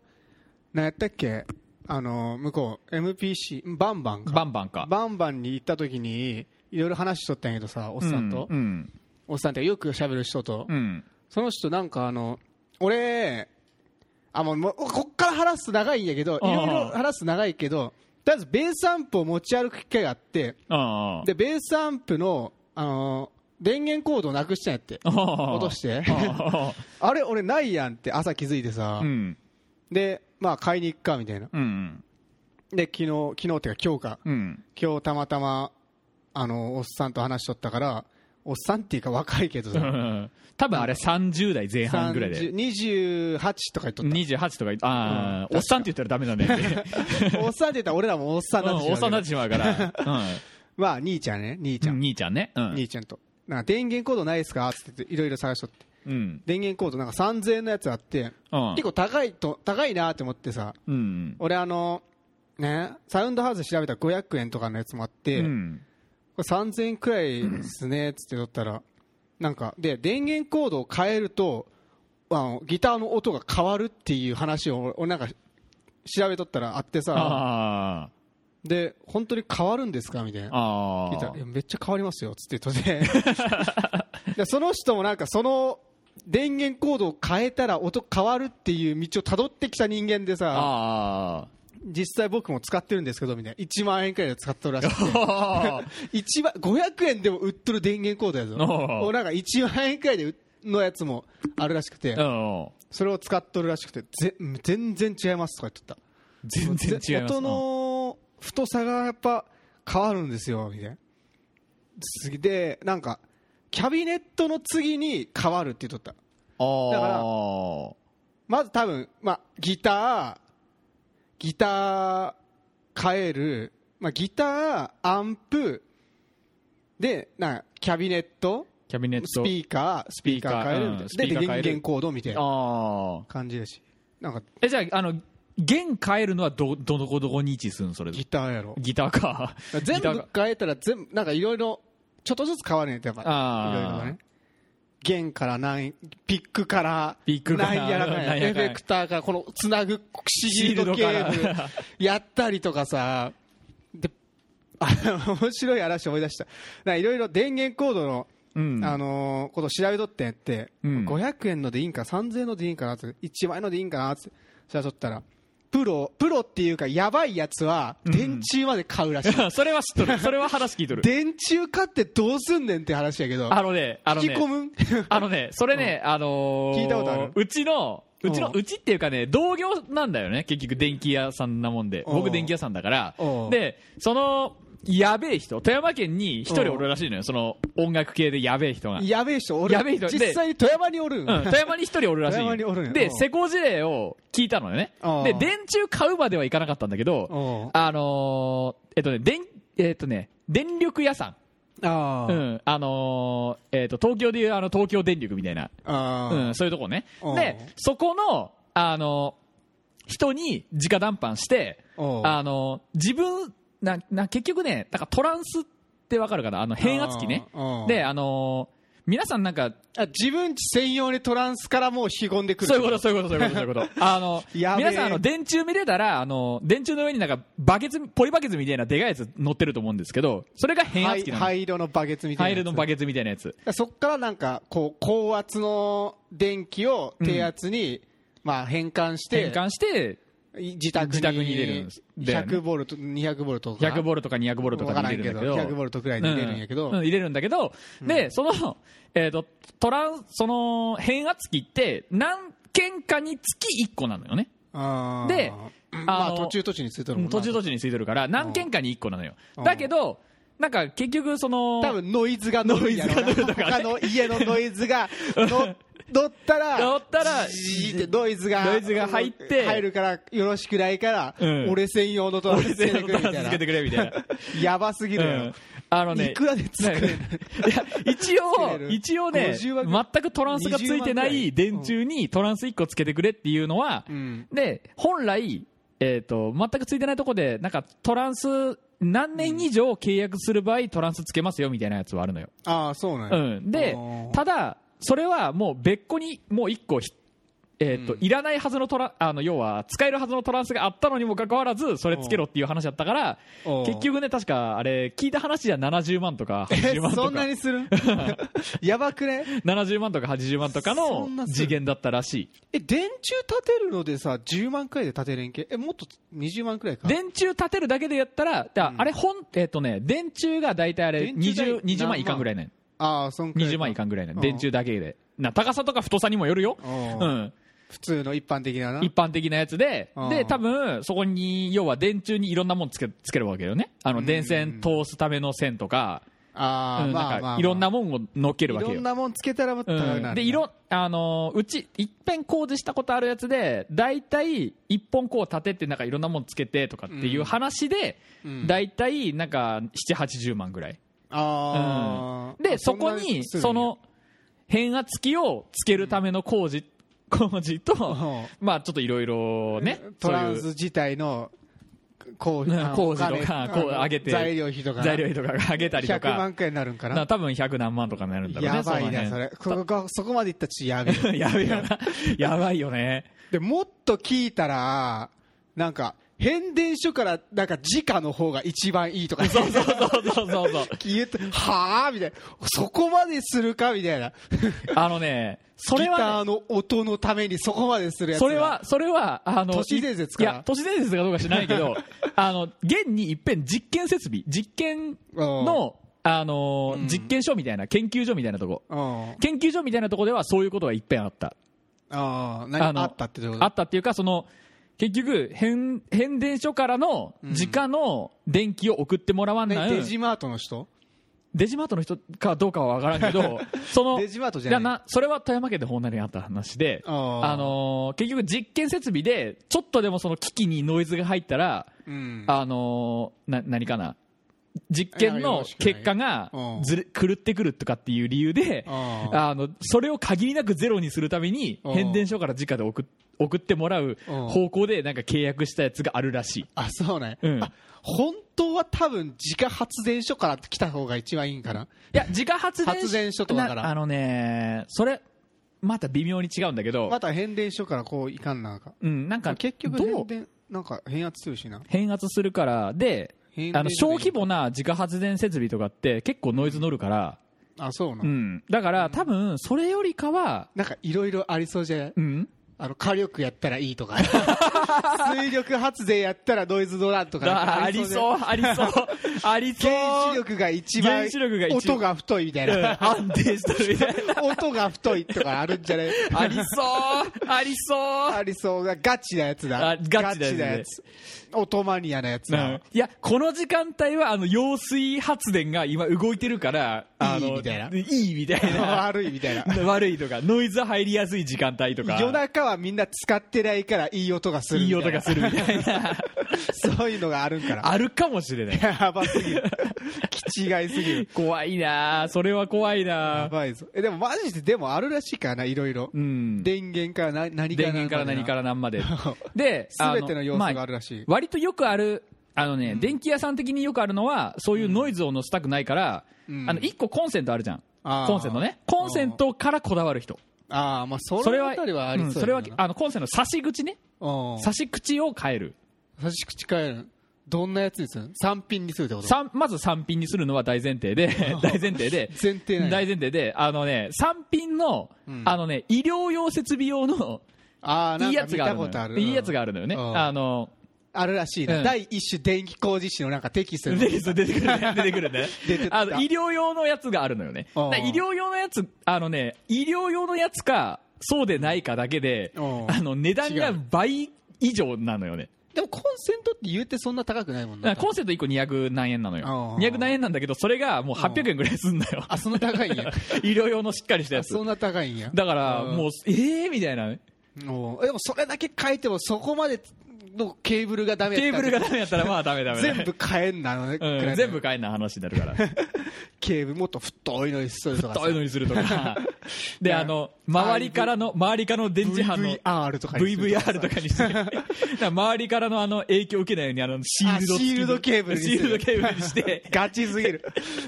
[SPEAKER 2] なんやったっけあの向こう MPC バンバンか
[SPEAKER 1] バンバンか
[SPEAKER 2] バンバンに行った時にいろいろ話しとったんやけどさおっさんと、
[SPEAKER 1] うん
[SPEAKER 2] おっさんっていうかよく喋る人と、
[SPEAKER 1] うん
[SPEAKER 2] その人なんかあの俺あもうもうこっから話すと長いんやけどい
[SPEAKER 1] ああ
[SPEAKER 2] ろいろ話すと長いけどとりあえずベースアンプを持ち歩く機会があって
[SPEAKER 1] ああ
[SPEAKER 2] でベースアンプの、あの電源コードをなくしたんやって
[SPEAKER 1] 落
[SPEAKER 2] 落として
[SPEAKER 1] あ
[SPEAKER 2] あれ俺ないやんって朝気づいてさ、
[SPEAKER 1] あうん
[SPEAKER 2] でまあ買いに行くかみたいな
[SPEAKER 1] うん
[SPEAKER 2] で昨日昨日っていうか今日か
[SPEAKER 1] うん
[SPEAKER 2] 今日たまたまあのおっさんと話しとったからおっさんっていうか若いけど
[SPEAKER 1] う
[SPEAKER 2] さ
[SPEAKER 1] ん多分あれ30代前半ぐらいで
[SPEAKER 2] 30 28とか言っとった
[SPEAKER 1] 28とかああ
[SPEAKER 2] うん
[SPEAKER 1] おっさんって言ったらダメなんだよね
[SPEAKER 2] おっさんって言ったら俺らもおっさん
[SPEAKER 1] う
[SPEAKER 2] に
[SPEAKER 1] んお
[SPEAKER 2] なってしまう
[SPEAKER 1] っさんになっててしまうからう
[SPEAKER 2] まあ兄ちゃんね兄ちゃん、
[SPEAKER 1] ん兄ちゃんねうん
[SPEAKER 2] 兄ちゃんとなんか電源コードないですかっつっていろいろ探しとって
[SPEAKER 1] うん
[SPEAKER 2] 電源コードなんか3000円のやつあって
[SPEAKER 1] うん
[SPEAKER 2] 結構高いと高いなって思ってさ
[SPEAKER 1] うん
[SPEAKER 2] 俺あのねサウンドハウス調べたら500円とかのやつもあって、
[SPEAKER 1] うん
[SPEAKER 2] これ3000円くらいですねっつって取ったらなんかで電源コードを変えるとあのギターの音が変わるっていう話を俺俺なんか調べとったらあってさ
[SPEAKER 1] あ
[SPEAKER 2] で本当に変わるんですかみたい
[SPEAKER 1] あ
[SPEAKER 2] な
[SPEAKER 1] あ
[SPEAKER 2] 聞いたら
[SPEAKER 1] あ
[SPEAKER 2] いやめっちゃ変わりますよっつって言っとって でその人もなんかその電源コードを変えたら音変わるっていう道をたどってきた人間でさ
[SPEAKER 1] あ
[SPEAKER 2] 実際僕も使ってるんですけどみたいな1万円くらいで使ってるらしくて
[SPEAKER 1] あ
[SPEAKER 2] 一番500円でも売っとる電源コードやぞ
[SPEAKER 1] おう
[SPEAKER 2] おなんか1万円くらいで売っのやつもあるらしくて
[SPEAKER 1] うん
[SPEAKER 2] それを使っとるらしくてぜ全然違いますとか言っとっ
[SPEAKER 1] 全然
[SPEAKER 2] た
[SPEAKER 1] 違います
[SPEAKER 2] 音の太さがやっぱ変わるんですよみたいな次でなんかキャビネットの次に変わるって言っとった
[SPEAKER 1] うん
[SPEAKER 2] だ
[SPEAKER 1] あ
[SPEAKER 2] か
[SPEAKER 1] あ
[SPEAKER 2] まず多分、まあ、ギターギター変える、まあ、ギターアンプでなんかキャビネット
[SPEAKER 1] キャビネット
[SPEAKER 2] スピーカースピーカー変えるみたいな、
[SPEAKER 1] うんスピ
[SPEAKER 2] で
[SPEAKER 1] ーカー変え
[SPEAKER 2] 電
[SPEAKER 1] る
[SPEAKER 2] 源コードみたいな
[SPEAKER 1] ああ
[SPEAKER 2] 感じだしなんか
[SPEAKER 1] えじゃああの弦変えるのはどどのこどこに位置するのそれ
[SPEAKER 2] ギターやろ
[SPEAKER 1] ギターか
[SPEAKER 2] 全
[SPEAKER 1] ギター
[SPEAKER 2] 部
[SPEAKER 1] が
[SPEAKER 2] 変えたら全部なんかいろいろちょっとずつ変わるねやっぱ
[SPEAKER 1] あー
[SPEAKER 2] いろいろがね弦から何ピックから
[SPEAKER 1] ピックから
[SPEAKER 2] なんやらかん
[SPEAKER 1] なんやらかんや
[SPEAKER 2] やエフェクターからこのつなぐシールド
[SPEAKER 1] シ
[SPEAKER 2] ケ
[SPEAKER 1] ールドから
[SPEAKER 2] ーブルやったりとかさであの面白い話思い出したなんかいろいろ電源コードの
[SPEAKER 1] うん
[SPEAKER 2] あのーこと調べとってんやって、
[SPEAKER 1] うん
[SPEAKER 2] 500円のでいいんか3000円のでいいんかなって1万円のでいいんかなって調べとったらプロプロっていうかやばいやつは電柱まで買うらしい、
[SPEAKER 1] それは知っとるそれは話聞いとる
[SPEAKER 2] 電柱買ってどうすんねんって話やけど
[SPEAKER 1] あのねあの
[SPEAKER 2] 引き
[SPEAKER 1] ね
[SPEAKER 2] 込むん
[SPEAKER 1] あのねそれね、あのー
[SPEAKER 2] 聞いたことある
[SPEAKER 1] うちのうちの
[SPEAKER 2] うん
[SPEAKER 1] うちっていうかね同業なんだよね結局電気屋さんなもんで
[SPEAKER 2] うん
[SPEAKER 1] 僕電気屋さんだから
[SPEAKER 2] うん
[SPEAKER 1] でそのやべえ人富山県に一人おるらしいのよその音楽系でやべえ人が
[SPEAKER 2] やべえ人おる
[SPEAKER 1] やべえ人で
[SPEAKER 2] 実際に富山におるん、
[SPEAKER 1] うん、富山に一人おるらしい
[SPEAKER 2] 富山におるんやう
[SPEAKER 1] で
[SPEAKER 2] ん
[SPEAKER 1] 施工事例を聞いたのよね
[SPEAKER 2] うん
[SPEAKER 1] で電柱買うまではいかなかったんだけど
[SPEAKER 2] おう
[SPEAKER 1] あのーえっとね電えっとね電力屋さ
[SPEAKER 2] あ
[SPEAKER 1] ん、う
[SPEAKER 2] ー
[SPEAKER 1] んあのーえっと東京でいうあの東京電力みたいな、
[SPEAKER 2] あ
[SPEAKER 1] う
[SPEAKER 2] ー
[SPEAKER 1] ん、そういうとこね
[SPEAKER 2] うん
[SPEAKER 1] でそこの、あのー人に直談判して、
[SPEAKER 2] おう
[SPEAKER 1] あのー自分なな結局ねなんかトランスってわかるかなあの変圧器ね
[SPEAKER 2] あー
[SPEAKER 1] で、あのー皆さんなんか
[SPEAKER 2] あ自分ち専用にトランスからもうひごんでくる
[SPEAKER 1] そういうこと、そういうこと、そういうこと、そういう こと。あの、
[SPEAKER 2] やべえ
[SPEAKER 1] 皆さん、あの、電柱見れたら、あの、電柱の上になんか、バケツ、ポリバケツみたいなでかいやつ乗ってると思うんですけど、それが変
[SPEAKER 2] 灰
[SPEAKER 1] 圧器なの。
[SPEAKER 2] 灰色のバケツみた
[SPEAKER 1] ハ
[SPEAKER 2] い
[SPEAKER 1] イ
[SPEAKER 2] な
[SPEAKER 1] ル
[SPEAKER 2] やつ
[SPEAKER 1] のバケツみたいなやつ。
[SPEAKER 2] だからそこからなんかこう高圧の電気を低圧に、まあ、変換して
[SPEAKER 1] 変換して、
[SPEAKER 2] い自宅に
[SPEAKER 1] 自宅に入れるんですだよね
[SPEAKER 2] 100ボルト200ボルトかな
[SPEAKER 1] 100ボルトか200ボルトかに入れるんだけど。
[SPEAKER 2] わからんけど100ボルトくらいに入れるんやけど
[SPEAKER 1] うう入れるんだけど、で、その、えっと、トラン、その、変圧器って、何件かにつき1個なのよね。
[SPEAKER 2] あー
[SPEAKER 1] で
[SPEAKER 2] ま
[SPEAKER 1] あ
[SPEAKER 2] あ、
[SPEAKER 1] の
[SPEAKER 2] 途中途中についてるもんな
[SPEAKER 1] 途中途中についてるから、何件かに1個なのよ。
[SPEAKER 2] うん
[SPEAKER 1] だけど、なんか結局、その、
[SPEAKER 2] 多分ノイズが乗るんやろ
[SPEAKER 1] ノイズが乗ると
[SPEAKER 2] な
[SPEAKER 1] か
[SPEAKER 2] 他の家のノイズ が乗乗ったら
[SPEAKER 1] 乗ったら
[SPEAKER 2] ジーってノイズが
[SPEAKER 1] ノイズが入って
[SPEAKER 2] 入るからよろしくないから、
[SPEAKER 1] うん
[SPEAKER 2] 俺専用のトラン
[SPEAKER 1] 俺
[SPEAKER 2] ス
[SPEAKER 1] 全部
[SPEAKER 2] つけてくれ
[SPEAKER 1] 助けてくれみ
[SPEAKER 2] みたいな
[SPEAKER 1] たいな。
[SPEAKER 2] やばすぎるよ、
[SPEAKER 1] うんあのね、
[SPEAKER 2] いくらで作れる
[SPEAKER 1] いや一
[SPEAKER 2] 作れ
[SPEAKER 1] 応、
[SPEAKER 2] る
[SPEAKER 1] 一応ね、
[SPEAKER 2] 50枠
[SPEAKER 1] 全くトランスがついてな
[SPEAKER 2] 20
[SPEAKER 1] い
[SPEAKER 2] 枠
[SPEAKER 1] 電柱にトランス1個つけてくれっていうのは、
[SPEAKER 2] うん
[SPEAKER 1] で、本来、えーと、全くついてないとこで、なんかトランス、何年以上契約する場合、トランスつけますよみたいなやつはあるのよ。
[SPEAKER 2] ああそうなん
[SPEAKER 1] う
[SPEAKER 2] や、
[SPEAKER 1] ん、で
[SPEAKER 2] おー、
[SPEAKER 1] ただ、それはもう別個にもう1個ひえーと
[SPEAKER 2] うん
[SPEAKER 1] いらないはずのトラあの要は使えるはずのトランスがあったのにもかかわらずそれつけろっていう話だったから
[SPEAKER 2] おう
[SPEAKER 1] 結局ね確かあれ聞いた話じゃ70万とか
[SPEAKER 2] え
[SPEAKER 1] 80万とか
[SPEAKER 2] そんなに するやばくね
[SPEAKER 1] 70万とか80万とか
[SPEAKER 2] そ
[SPEAKER 1] の
[SPEAKER 2] んなする
[SPEAKER 1] 次元だったらし
[SPEAKER 2] え電柱立てるのでさ10万くらいで立てれんけえもっと20万くらい
[SPEAKER 1] い
[SPEAKER 2] か
[SPEAKER 1] 電柱立てるだけでやったらだからあれ本えっとね電柱が大体あれ
[SPEAKER 2] 電柱
[SPEAKER 1] 20,
[SPEAKER 2] 代
[SPEAKER 1] 20万いかんぐらいね
[SPEAKER 2] ああそんくらい
[SPEAKER 1] 20万いかんぐらいね
[SPEAKER 2] うん
[SPEAKER 1] 電柱だけでな高さとか太さにもよるよ、
[SPEAKER 2] う
[SPEAKER 1] うんん、
[SPEAKER 2] 普通の一般的なな
[SPEAKER 1] 一般的なやつで
[SPEAKER 2] うん
[SPEAKER 1] で多分そこに要は電柱にいろんなものつけつけるわけよねあの電線通すための線とか,、
[SPEAKER 2] あ
[SPEAKER 1] う
[SPEAKER 2] あ
[SPEAKER 1] ん、
[SPEAKER 2] ま
[SPEAKER 1] な
[SPEAKER 2] あ
[SPEAKER 1] ん
[SPEAKER 2] ま
[SPEAKER 1] か
[SPEAKER 2] あ
[SPEAKER 1] いろんな
[SPEAKER 2] も
[SPEAKER 1] もんを乗っけるわけよ
[SPEAKER 2] いろんなもんつけたらまた高くな
[SPEAKER 1] う
[SPEAKER 2] る
[SPEAKER 1] ん、でいろんあのうちいっぺん工事したことあるやつで大体一本こう立ててなんかいろんなもんつけてとかっていう話で、
[SPEAKER 2] うん
[SPEAKER 1] 大体なんか780万ぐらい
[SPEAKER 2] ああ
[SPEAKER 1] でそこにその変圧器をつけるための工事、工事と、 まあちょっといろいろね
[SPEAKER 2] トラ
[SPEAKER 1] そ
[SPEAKER 2] ン
[SPEAKER 1] う
[SPEAKER 2] ス
[SPEAKER 1] いう
[SPEAKER 2] 自体のこう
[SPEAKER 1] うん
[SPEAKER 2] あの
[SPEAKER 1] 工事とか
[SPEAKER 2] お金
[SPEAKER 1] こう上げて
[SPEAKER 2] 材料費とか
[SPEAKER 1] 材料費とかが上げたりと
[SPEAKER 2] 100
[SPEAKER 1] か
[SPEAKER 2] 万くらいになるんか
[SPEAKER 1] な
[SPEAKER 2] な
[SPEAKER 1] 多分100何万とかになるんだろうね
[SPEAKER 2] やばいな
[SPEAKER 1] そ
[SPEAKER 2] そ
[SPEAKER 1] の
[SPEAKER 2] れここそこまでいったらちょっとや
[SPEAKER 1] 辺やべ
[SPEAKER 2] べえ
[SPEAKER 1] えよなやばいよね
[SPEAKER 2] でもっと聞いたらなんか変電所からなんか直の方が一番いいとか
[SPEAKER 1] そうそうそうそうそうそう
[SPEAKER 2] 言ってはあみたいなそこまでするかみたいな
[SPEAKER 1] あのね、それ
[SPEAKER 2] ギタ
[SPEAKER 1] は
[SPEAKER 2] ー
[SPEAKER 1] ね、
[SPEAKER 2] の音のためにそこまでするやつが
[SPEAKER 1] それは、それは、あの、
[SPEAKER 2] 都市伝説か
[SPEAKER 1] い
[SPEAKER 2] ら
[SPEAKER 1] や、都市伝説かどうか知らないけ ど、あの、現に一遍実験設備、実験の、あのー、
[SPEAKER 2] うん
[SPEAKER 1] 実験所みたいな、研究所みたいなとこ。
[SPEAKER 2] うん
[SPEAKER 1] 研究所みたいなとこではそういうことが一遍あった。
[SPEAKER 2] ああ
[SPEAKER 1] あ
[SPEAKER 2] 何
[SPEAKER 1] の
[SPEAKER 2] あったってどういうこと
[SPEAKER 1] あったっていうか、その、結局、変、変電所からの、直の電気を送ってもらわない、
[SPEAKER 2] ねデジマートの人
[SPEAKER 1] デジマートの人かどうかは分からんけ ど、その、
[SPEAKER 2] デジマートじ
[SPEAKER 1] いや
[SPEAKER 2] ゃない
[SPEAKER 1] なそれは富山県で本なりにあった話で、
[SPEAKER 2] あー
[SPEAKER 1] あのー結局、実験設備でちょっとでもその機器にノイズが入ったら、
[SPEAKER 2] うん
[SPEAKER 1] あのーな何かな、実験
[SPEAKER 2] いやよ
[SPEAKER 1] の
[SPEAKER 2] ろしくない
[SPEAKER 1] 結果が
[SPEAKER 2] うん
[SPEAKER 1] ずれ狂ってくるとかっていう理由で、
[SPEAKER 2] あー
[SPEAKER 1] あのそれを限りなくゼロにするために、
[SPEAKER 2] うん
[SPEAKER 1] 変電所から直で送っ送ってもらう
[SPEAKER 2] うん
[SPEAKER 1] 方向でなんか契約したやつがあるらしい。
[SPEAKER 2] あそうね、
[SPEAKER 1] うん
[SPEAKER 2] あ本当は多分自家発電所から来た方が一番いいんかない
[SPEAKER 1] や、自家発電
[SPEAKER 2] 発電所とかから
[SPEAKER 1] なあのね、それ、また微妙に違うんだけど、
[SPEAKER 2] また変電所からこういかんなんか
[SPEAKER 1] うん、なんか、
[SPEAKER 2] 結局
[SPEAKER 1] どう
[SPEAKER 2] 変電なんか変圧するしな
[SPEAKER 1] 変圧するからで
[SPEAKER 2] 変
[SPEAKER 1] あの
[SPEAKER 2] 電所
[SPEAKER 1] 小
[SPEAKER 2] でいい
[SPEAKER 1] 規模な自家発電設備とかって結構ノイズ乗るから、
[SPEAKER 2] あそうな、
[SPEAKER 1] うんだから多分それよりかは、
[SPEAKER 2] なんかいろいろありそうじゃない
[SPEAKER 1] うん、
[SPEAKER 2] あの火力やったらいい とか水力発電やったらノイズドランとか
[SPEAKER 1] だありそううありそう ありそう
[SPEAKER 2] 原子力が一番
[SPEAKER 1] 原子力が一番
[SPEAKER 2] 音が太いみたい
[SPEAKER 1] うん
[SPEAKER 2] な、
[SPEAKER 1] 安定してるみたい
[SPEAKER 2] 音が太いとかあるんじゃない
[SPEAKER 1] なありそうありそう
[SPEAKER 2] ありそうがガチなやつだ
[SPEAKER 1] あガチなやつね
[SPEAKER 2] なやつ音マニアなやつ
[SPEAKER 1] う
[SPEAKER 2] だ、
[SPEAKER 1] んいやこの時間帯はあの揚水発電が今動いてるからあの
[SPEAKER 2] いいみたいない
[SPEAKER 1] いみたい な
[SPEAKER 2] 悪いみたいな
[SPEAKER 1] 悪いとかノイズ入りやすい時間帯とか
[SPEAKER 2] 夜中はみんな使ってないからいい音がする
[SPEAKER 1] い
[SPEAKER 2] み
[SPEAKER 1] い
[SPEAKER 2] たい
[SPEAKER 1] 音
[SPEAKER 2] な
[SPEAKER 1] がするみたいな
[SPEAKER 2] そういうのがあるんか ら
[SPEAKER 1] あるかもしれない
[SPEAKER 2] やばすぎる 気違いすぎる
[SPEAKER 1] 怖いなあそれは怖い
[SPEAKER 2] や
[SPEAKER 1] なあ
[SPEAKER 2] ばいぞえでもマジででもあるらしいからないろいろ
[SPEAKER 1] うん電
[SPEAKER 2] 電源からな何から
[SPEAKER 1] 源から何からら何までであの
[SPEAKER 2] 全ての要素が
[SPEAKER 1] ま
[SPEAKER 2] あ
[SPEAKER 1] あ
[SPEAKER 2] るらしい、
[SPEAKER 1] 割とよくあるあのね、電気屋さん的によくあるのはそういうノイズを乗せたくないから、
[SPEAKER 2] うん
[SPEAKER 1] あの1個コンセントあるじゃん
[SPEAKER 2] あー
[SPEAKER 1] コンセントねコンセントからこだわる人
[SPEAKER 2] ああまあそ
[SPEAKER 1] それ
[SPEAKER 2] れは
[SPEAKER 1] は
[SPEAKER 2] あたりはあり
[SPEAKER 1] うん
[SPEAKER 2] そ
[SPEAKER 1] そうれ
[SPEAKER 2] や
[SPEAKER 1] は
[SPEAKER 2] な
[SPEAKER 1] あのコンセントの差し口ね
[SPEAKER 2] うん
[SPEAKER 1] 差し口を変える
[SPEAKER 2] 差し口変えるどんなやつにする三品にするってこと
[SPEAKER 1] 三まず3品にするのは大前提で大前提で
[SPEAKER 2] 前提ない
[SPEAKER 1] 大前提であのね3品の、
[SPEAKER 2] うん
[SPEAKER 1] あのね医療用設備用の
[SPEAKER 2] ああないん
[SPEAKER 1] い
[SPEAKER 2] か
[SPEAKER 1] やつ
[SPEAKER 2] 見
[SPEAKER 1] があ
[SPEAKER 2] た
[SPEAKER 1] るの
[SPEAKER 2] ことあ
[SPEAKER 1] よ
[SPEAKER 2] る
[SPEAKER 1] いいやつが
[SPEAKER 2] あ
[SPEAKER 1] ある
[SPEAKER 2] る
[SPEAKER 1] のよね、
[SPEAKER 2] うん
[SPEAKER 1] あの
[SPEAKER 2] あるらしいな、
[SPEAKER 1] うん
[SPEAKER 2] 第一種電気工事士のなんかテキストに
[SPEAKER 1] 出てくるね出てくるね
[SPEAKER 2] 出てった
[SPEAKER 1] あの医療用のやつがあるのよね
[SPEAKER 2] うん
[SPEAKER 1] だ医療用のやつあのね医療用のやつかそうでないかだけで
[SPEAKER 2] うん
[SPEAKER 1] あの値段が
[SPEAKER 2] 違う
[SPEAKER 1] 倍以上なのよね
[SPEAKER 2] でもコンセントって言うてそんな高くないもん
[SPEAKER 1] だ
[SPEAKER 2] な
[SPEAKER 1] からコンセント1個200何円なのよ
[SPEAKER 2] うん
[SPEAKER 1] 200何円なんだけどそれがもう800円ぐらいすんだよ
[SPEAKER 2] あそんな高いんや
[SPEAKER 1] 医療用のしっかりしたや
[SPEAKER 2] あ
[SPEAKER 1] つ
[SPEAKER 2] そんな高いんや
[SPEAKER 1] だから
[SPEAKER 2] うん
[SPEAKER 1] もうええー、みたいな
[SPEAKER 2] おうでもそれだけ変えてもそこまでのケーブルがダメ
[SPEAKER 1] ケ
[SPEAKER 2] や
[SPEAKER 1] ー
[SPEAKER 2] っ
[SPEAKER 1] ブル
[SPEAKER 2] たら
[SPEAKER 1] がダメだったらまあダメダメダメ
[SPEAKER 2] 全部変えんなのね、
[SPEAKER 1] うん、 全部変えんな話になるから
[SPEAKER 2] ケーブルもっと太いのにするとかさ
[SPEAKER 1] そういうのにするとかで、あの、周りからの、周りからの電磁波の
[SPEAKER 2] VVR とかにする
[SPEAKER 1] VVR とかにして、だから周りからのあの影響を受けないように、あの、シールド
[SPEAKER 2] あ
[SPEAKER 1] 付き
[SPEAKER 2] シールドケーブルにす
[SPEAKER 1] シ
[SPEAKER 2] る
[SPEAKER 1] ールドケーブルにして、
[SPEAKER 2] ガチすぎ る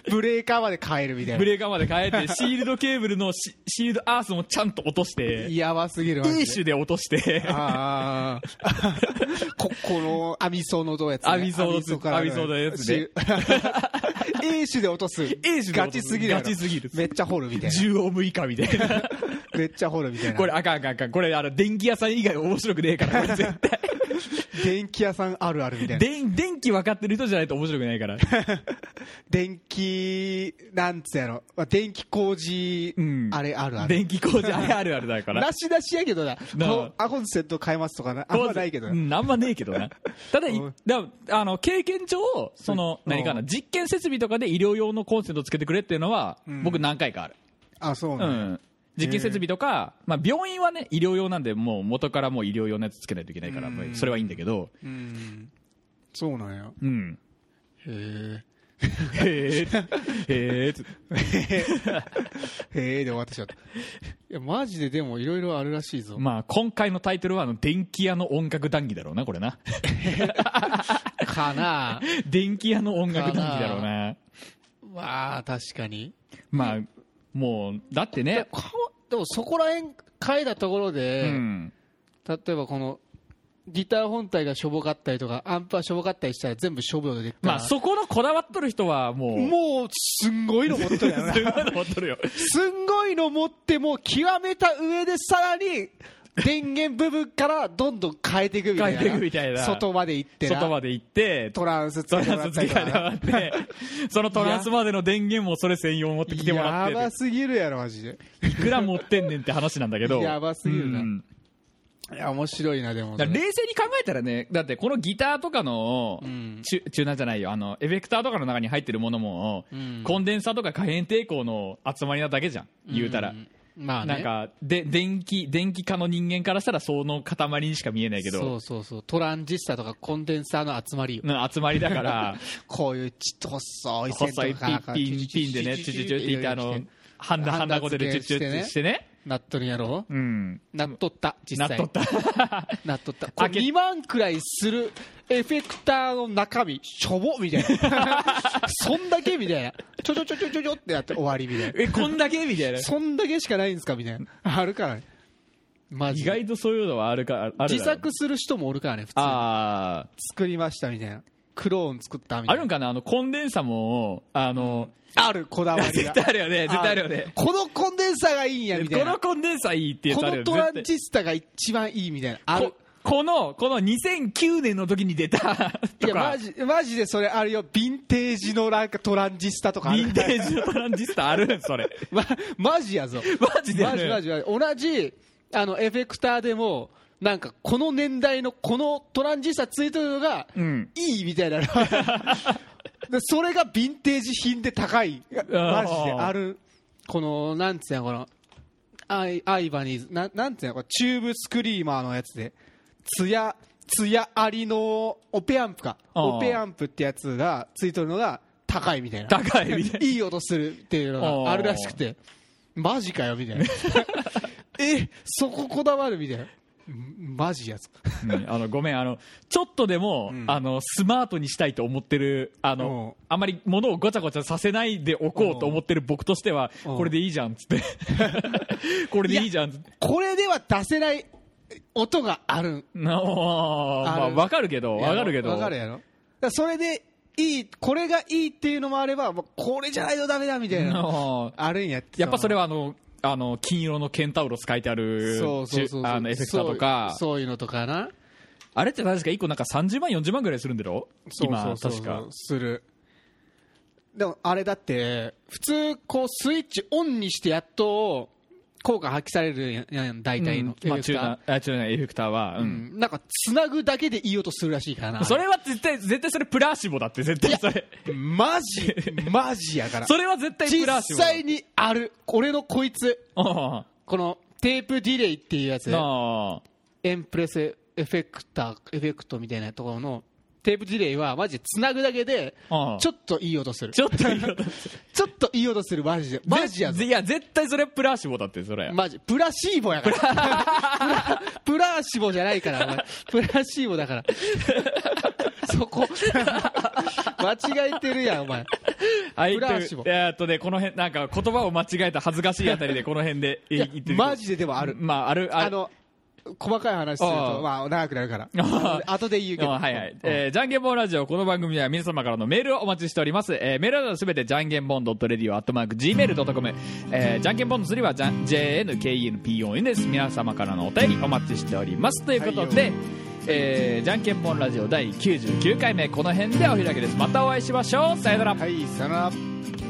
[SPEAKER 2] ブレーカーまで変えるみたい
[SPEAKER 1] ブ
[SPEAKER 2] な
[SPEAKER 1] レーカーまで変えて、シールドケーブルのシシールドアースもちゃんと落として、
[SPEAKER 2] やばすぎる
[SPEAKER 1] テ
[SPEAKER 2] マ
[SPEAKER 1] ィ
[SPEAKER 2] ジで
[SPEAKER 1] ッシュで落として、
[SPEAKER 2] ああ ここのアミソーのどうやつ、ね、
[SPEAKER 1] アミソーのつ
[SPEAKER 2] から
[SPEAKER 1] アミソーのやつね
[SPEAKER 2] し 英種で落とす
[SPEAKER 1] 英種で落とす
[SPEAKER 2] ガチすぎるやろ
[SPEAKER 1] ガチすぎる
[SPEAKER 2] めっちゃ掘るみたい
[SPEAKER 1] 10オーム以下みたいな。
[SPEAKER 2] なめっちゃ掘るみたいな
[SPEAKER 1] これあかんあかんあかん。これあの、電気屋さん以外面白くねえから、これ絶対。
[SPEAKER 2] 電気屋さんあるあるみたいな
[SPEAKER 1] 電電気分かってる人じゃないと面白くないから。
[SPEAKER 2] 電気なんつうやろまあ電気工事、
[SPEAKER 1] うん
[SPEAKER 2] あれあるある
[SPEAKER 1] 電気工事あれあるあるだから
[SPEAKER 2] な。しなしやけどな
[SPEAKER 1] なあ
[SPEAKER 2] こうあコンセント変えますとかなあんまないけどな、
[SPEAKER 1] うん、あんまねえけど な。ただ、い
[SPEAKER 2] うん
[SPEAKER 1] だあの、経験上、その、
[SPEAKER 2] うん
[SPEAKER 1] 何かな、実験設備とかで医療用のコンセントつけてくれっていうのは、
[SPEAKER 2] うん
[SPEAKER 1] 僕何回かある。
[SPEAKER 2] あそう
[SPEAKER 1] う
[SPEAKER 2] なんや、
[SPEAKER 1] ん。実験設備とか、まあ、病院はね、医療用なんで、もう元からもう医療用のやつつけないといけないから、
[SPEAKER 2] うん
[SPEAKER 1] まあそれはいいんだけど、
[SPEAKER 2] うんそうなんや
[SPEAKER 1] うん。
[SPEAKER 2] へ
[SPEAKER 1] へえ、へえ、つ
[SPEAKER 2] えへえで終わってしまったいやマジででもいろいろあるらしいぞ
[SPEAKER 1] まあ、今回のタイトルは、あの、電気屋の音楽談義だろうな、これな。
[SPEAKER 2] かな
[SPEAKER 1] 電気屋の音楽談義だろうな。
[SPEAKER 2] まあ確かに
[SPEAKER 1] まあ、もう、だって
[SPEAKER 2] で
[SPEAKER 1] ね、
[SPEAKER 2] でもそこら辺変えたところ
[SPEAKER 1] う
[SPEAKER 2] で、
[SPEAKER 1] ん。
[SPEAKER 2] 例えばこのギター本体がしょぼかったりとかアンプはしょぼかったりしたら全部処分できたら
[SPEAKER 1] まあ、そこのこだわっとる人は、も う、
[SPEAKER 2] もうすんごいの持っとるやろな
[SPEAKER 1] すごいの持っとるよ。
[SPEAKER 2] すんごいの持ってもう極めた上でさらに電源部分からどんどん変えていくみたいな
[SPEAKER 1] 変えていくみたいな
[SPEAKER 2] 外まで行ってな
[SPEAKER 1] 外まで行って、
[SPEAKER 2] トランスつ
[SPEAKER 1] ト
[SPEAKER 2] けても
[SPEAKER 1] ラ
[SPEAKER 2] ら
[SPEAKER 1] ン
[SPEAKER 2] っ
[SPEAKER 1] ス
[SPEAKER 2] た
[SPEAKER 1] 付
[SPEAKER 2] り
[SPEAKER 1] け
[SPEAKER 2] と
[SPEAKER 1] 替えても
[SPEAKER 2] から
[SPEAKER 1] って、そのトランスまでの電源もそれ専用持ってきてもらっ
[SPEAKER 2] や
[SPEAKER 1] て
[SPEAKER 2] ばすぎるやろマジで
[SPEAKER 1] いくら持ってんねんって話なんだけど。
[SPEAKER 2] やばすぎるな
[SPEAKER 1] うん
[SPEAKER 2] いや面白いなでも
[SPEAKER 1] だから冷静に考えたらね、だってこのギターとかの、
[SPEAKER 2] うん
[SPEAKER 1] チュチューナーじゃないよ、あの、エフェクターとかの中に入ってるものも、
[SPEAKER 2] うん
[SPEAKER 1] コンデンサーとか可変抵抗の集まりなだけじゃん、言うたら。
[SPEAKER 2] んまあね
[SPEAKER 1] なんか、で、電気、電気化の人間からしたらその塊にしか見えないけ
[SPEAKER 2] そ
[SPEAKER 1] ど、
[SPEAKER 2] うそうそうトランジスタとかコンデンサーの集まりよ
[SPEAKER 1] うん集まりだ から、
[SPEAKER 2] こういうちょっと細い線と
[SPEAKER 1] 細いピ
[SPEAKER 2] か
[SPEAKER 1] ッピンピンでね、チュチュチュって言って、あの、ハンダ、ハンダ
[SPEAKER 2] ご
[SPEAKER 1] ゴテでチュチュってしてね。
[SPEAKER 2] なっとるやろ
[SPEAKER 1] うん。
[SPEAKER 2] なっとった実
[SPEAKER 1] なっ
[SPEAKER 2] 際
[SPEAKER 1] とった。
[SPEAKER 2] なっとったこ
[SPEAKER 1] 開
[SPEAKER 2] れ
[SPEAKER 1] け
[SPEAKER 2] 2万くらいするエフェクターの中身しょぼみたいなそんだけみたいなちょちょちょちょちょちょってやって終わりみたいな
[SPEAKER 1] え、こんだけみたいな。
[SPEAKER 2] そんだけしかないんですかみたいなあるからねマ
[SPEAKER 1] 意
[SPEAKER 2] ジで
[SPEAKER 1] 外とそういうのはあるか、あるだろう
[SPEAKER 2] 自作する人もおるからね普通に
[SPEAKER 1] ああ。
[SPEAKER 2] 作りましたみたいなクローン作ったみた
[SPEAKER 1] あ
[SPEAKER 2] い
[SPEAKER 1] る
[SPEAKER 2] なん
[SPEAKER 1] かなあの、コンデンサも、あの、
[SPEAKER 2] あるこだわり
[SPEAKER 1] 絶
[SPEAKER 2] が
[SPEAKER 1] 対あるよね、絶対あるよね。
[SPEAKER 2] このコンデンサーがいいんやみた
[SPEAKER 1] こ
[SPEAKER 2] い
[SPEAKER 1] の
[SPEAKER 2] な
[SPEAKER 1] コンデンサいいってや
[SPEAKER 2] こ
[SPEAKER 1] つある
[SPEAKER 2] の
[SPEAKER 1] よ
[SPEAKER 2] トラン
[SPEAKER 1] 絶対
[SPEAKER 2] ジスタが一番いいみたいなある
[SPEAKER 1] ここの、この2009年の時に出た
[SPEAKER 2] い
[SPEAKER 1] と
[SPEAKER 2] や
[SPEAKER 1] か
[SPEAKER 2] マ、ジマジでそれあるよヴィンテージのなんかトランジスタとかあ
[SPEAKER 1] ヴ
[SPEAKER 2] る
[SPEAKER 1] ィンテージのトランジスタあるそれ。
[SPEAKER 2] ま、 マジやぞ
[SPEAKER 1] マジであ
[SPEAKER 2] マジ
[SPEAKER 1] る
[SPEAKER 2] マジマジ同じあのエフェクターでもなんかこの年代のこのトランジスタついてるのが
[SPEAKER 1] うん。
[SPEAKER 2] いいみ たいなのでそれがヴィンテージ品で高いマジであるこのなんつうのこのアイアイバニーズなんなんつうのこれチューブスクリーマーのやつでツヤツヤありのオペアンプか
[SPEAKER 1] あー
[SPEAKER 2] オペアンプってやつがついてるのが高いみたいな
[SPEAKER 1] 高いみたいな。
[SPEAKER 2] いい音するっていうのがあるらしくてマジかよみ たいなえそここだわるみたいなマジやつ
[SPEAKER 1] うんあのごめんあのちょっとでも、
[SPEAKER 2] うん
[SPEAKER 1] あのスマートにしたいと思ってるあのあまり物をごちゃごちゃさせないでおこうと思ってる僕としては
[SPEAKER 2] うん
[SPEAKER 1] これでいいじゃんっつって これでいいじゃんっつって
[SPEAKER 2] これでは出せない音がある
[SPEAKER 1] なおーま
[SPEAKER 2] あ
[SPEAKER 1] あ
[SPEAKER 2] る
[SPEAKER 1] わかるけどわかるけど
[SPEAKER 2] わかるやろだからそれでいいこれがいいっていうのもあればもうこれじゃないとダメだみたい
[SPEAKER 1] な
[SPEAKER 2] な
[SPEAKER 1] おー
[SPEAKER 2] あるんや
[SPEAKER 1] やっぱそれ
[SPEAKER 2] は
[SPEAKER 1] はあのあの金色のケンタウロス書いてある
[SPEAKER 2] そうそうそうそう
[SPEAKER 1] じゅあのエフェクターとか
[SPEAKER 2] そうそういうのとかな
[SPEAKER 1] あれって確か1個なんか30万40万ぐらいするんだろ今
[SPEAKER 2] そうそう
[SPEAKER 1] 確
[SPEAKER 2] そうそう
[SPEAKER 1] か
[SPEAKER 2] するでもあれだって普通こうスイッチオンにしてやっと効果発揮されるやん大体の
[SPEAKER 1] うんまあ
[SPEAKER 2] エフェク
[SPEAKER 1] 中
[SPEAKER 2] ター
[SPEAKER 1] なあ中なエフェクターはう
[SPEAKER 2] うんんなんかつなぐだけでいい音するらしいからな
[SPEAKER 1] それは絶対絶対それプラシボだって絶対それ
[SPEAKER 2] マ ジマジやから
[SPEAKER 1] それは絶対プラシ
[SPEAKER 2] 実
[SPEAKER 1] ボ
[SPEAKER 2] 際にある俺のこいつ
[SPEAKER 1] あ
[SPEAKER 2] このテープディレイっていうやつ
[SPEAKER 1] あああ
[SPEAKER 2] エンプレスエフェクターエフェクトみたいなところのテープディレイはマジで繋ぐだけで
[SPEAKER 1] うん
[SPEAKER 2] ちょっといい音する
[SPEAKER 1] ちょっといい よ
[SPEAKER 2] ちょっといい音するマジでマジやぞ
[SPEAKER 1] ぜいや絶対それプラシボだってそれ、
[SPEAKER 2] マジプラシーボやから プラプラシボじゃないからお前プラシーボだから そこ 間違えてるやんお前
[SPEAKER 1] あい
[SPEAKER 2] プラシボ
[SPEAKER 1] とえーっとねこの辺なんか言葉を間違えた恥ずかしいあたりでこの辺でい
[SPEAKER 2] いや
[SPEAKER 1] 言ってる
[SPEAKER 2] マジででもある
[SPEAKER 1] まああるあ
[SPEAKER 2] あの細かい話する
[SPEAKER 1] ああ
[SPEAKER 2] とまあ長くな るから
[SPEAKER 1] あ
[SPEAKER 2] 後で言うけど
[SPEAKER 1] はいはい。
[SPEAKER 2] うん
[SPEAKER 1] えー、じゃんけんぽんラジオ、この番組では皆様からのメールをお待ちしております。えー、メールアドレスすべてじゃんけんぽん .radio.gmail.com。えー、じゃんけんぽんのすりはじゃん jnknpon です。皆様からのお便りお待ちしております。ということで、
[SPEAKER 2] はい
[SPEAKER 1] えー、じゃんけんぽんラジオ第99回目、この辺でお開きです。またお会いしましょう。さよなら。
[SPEAKER 2] はいさよなら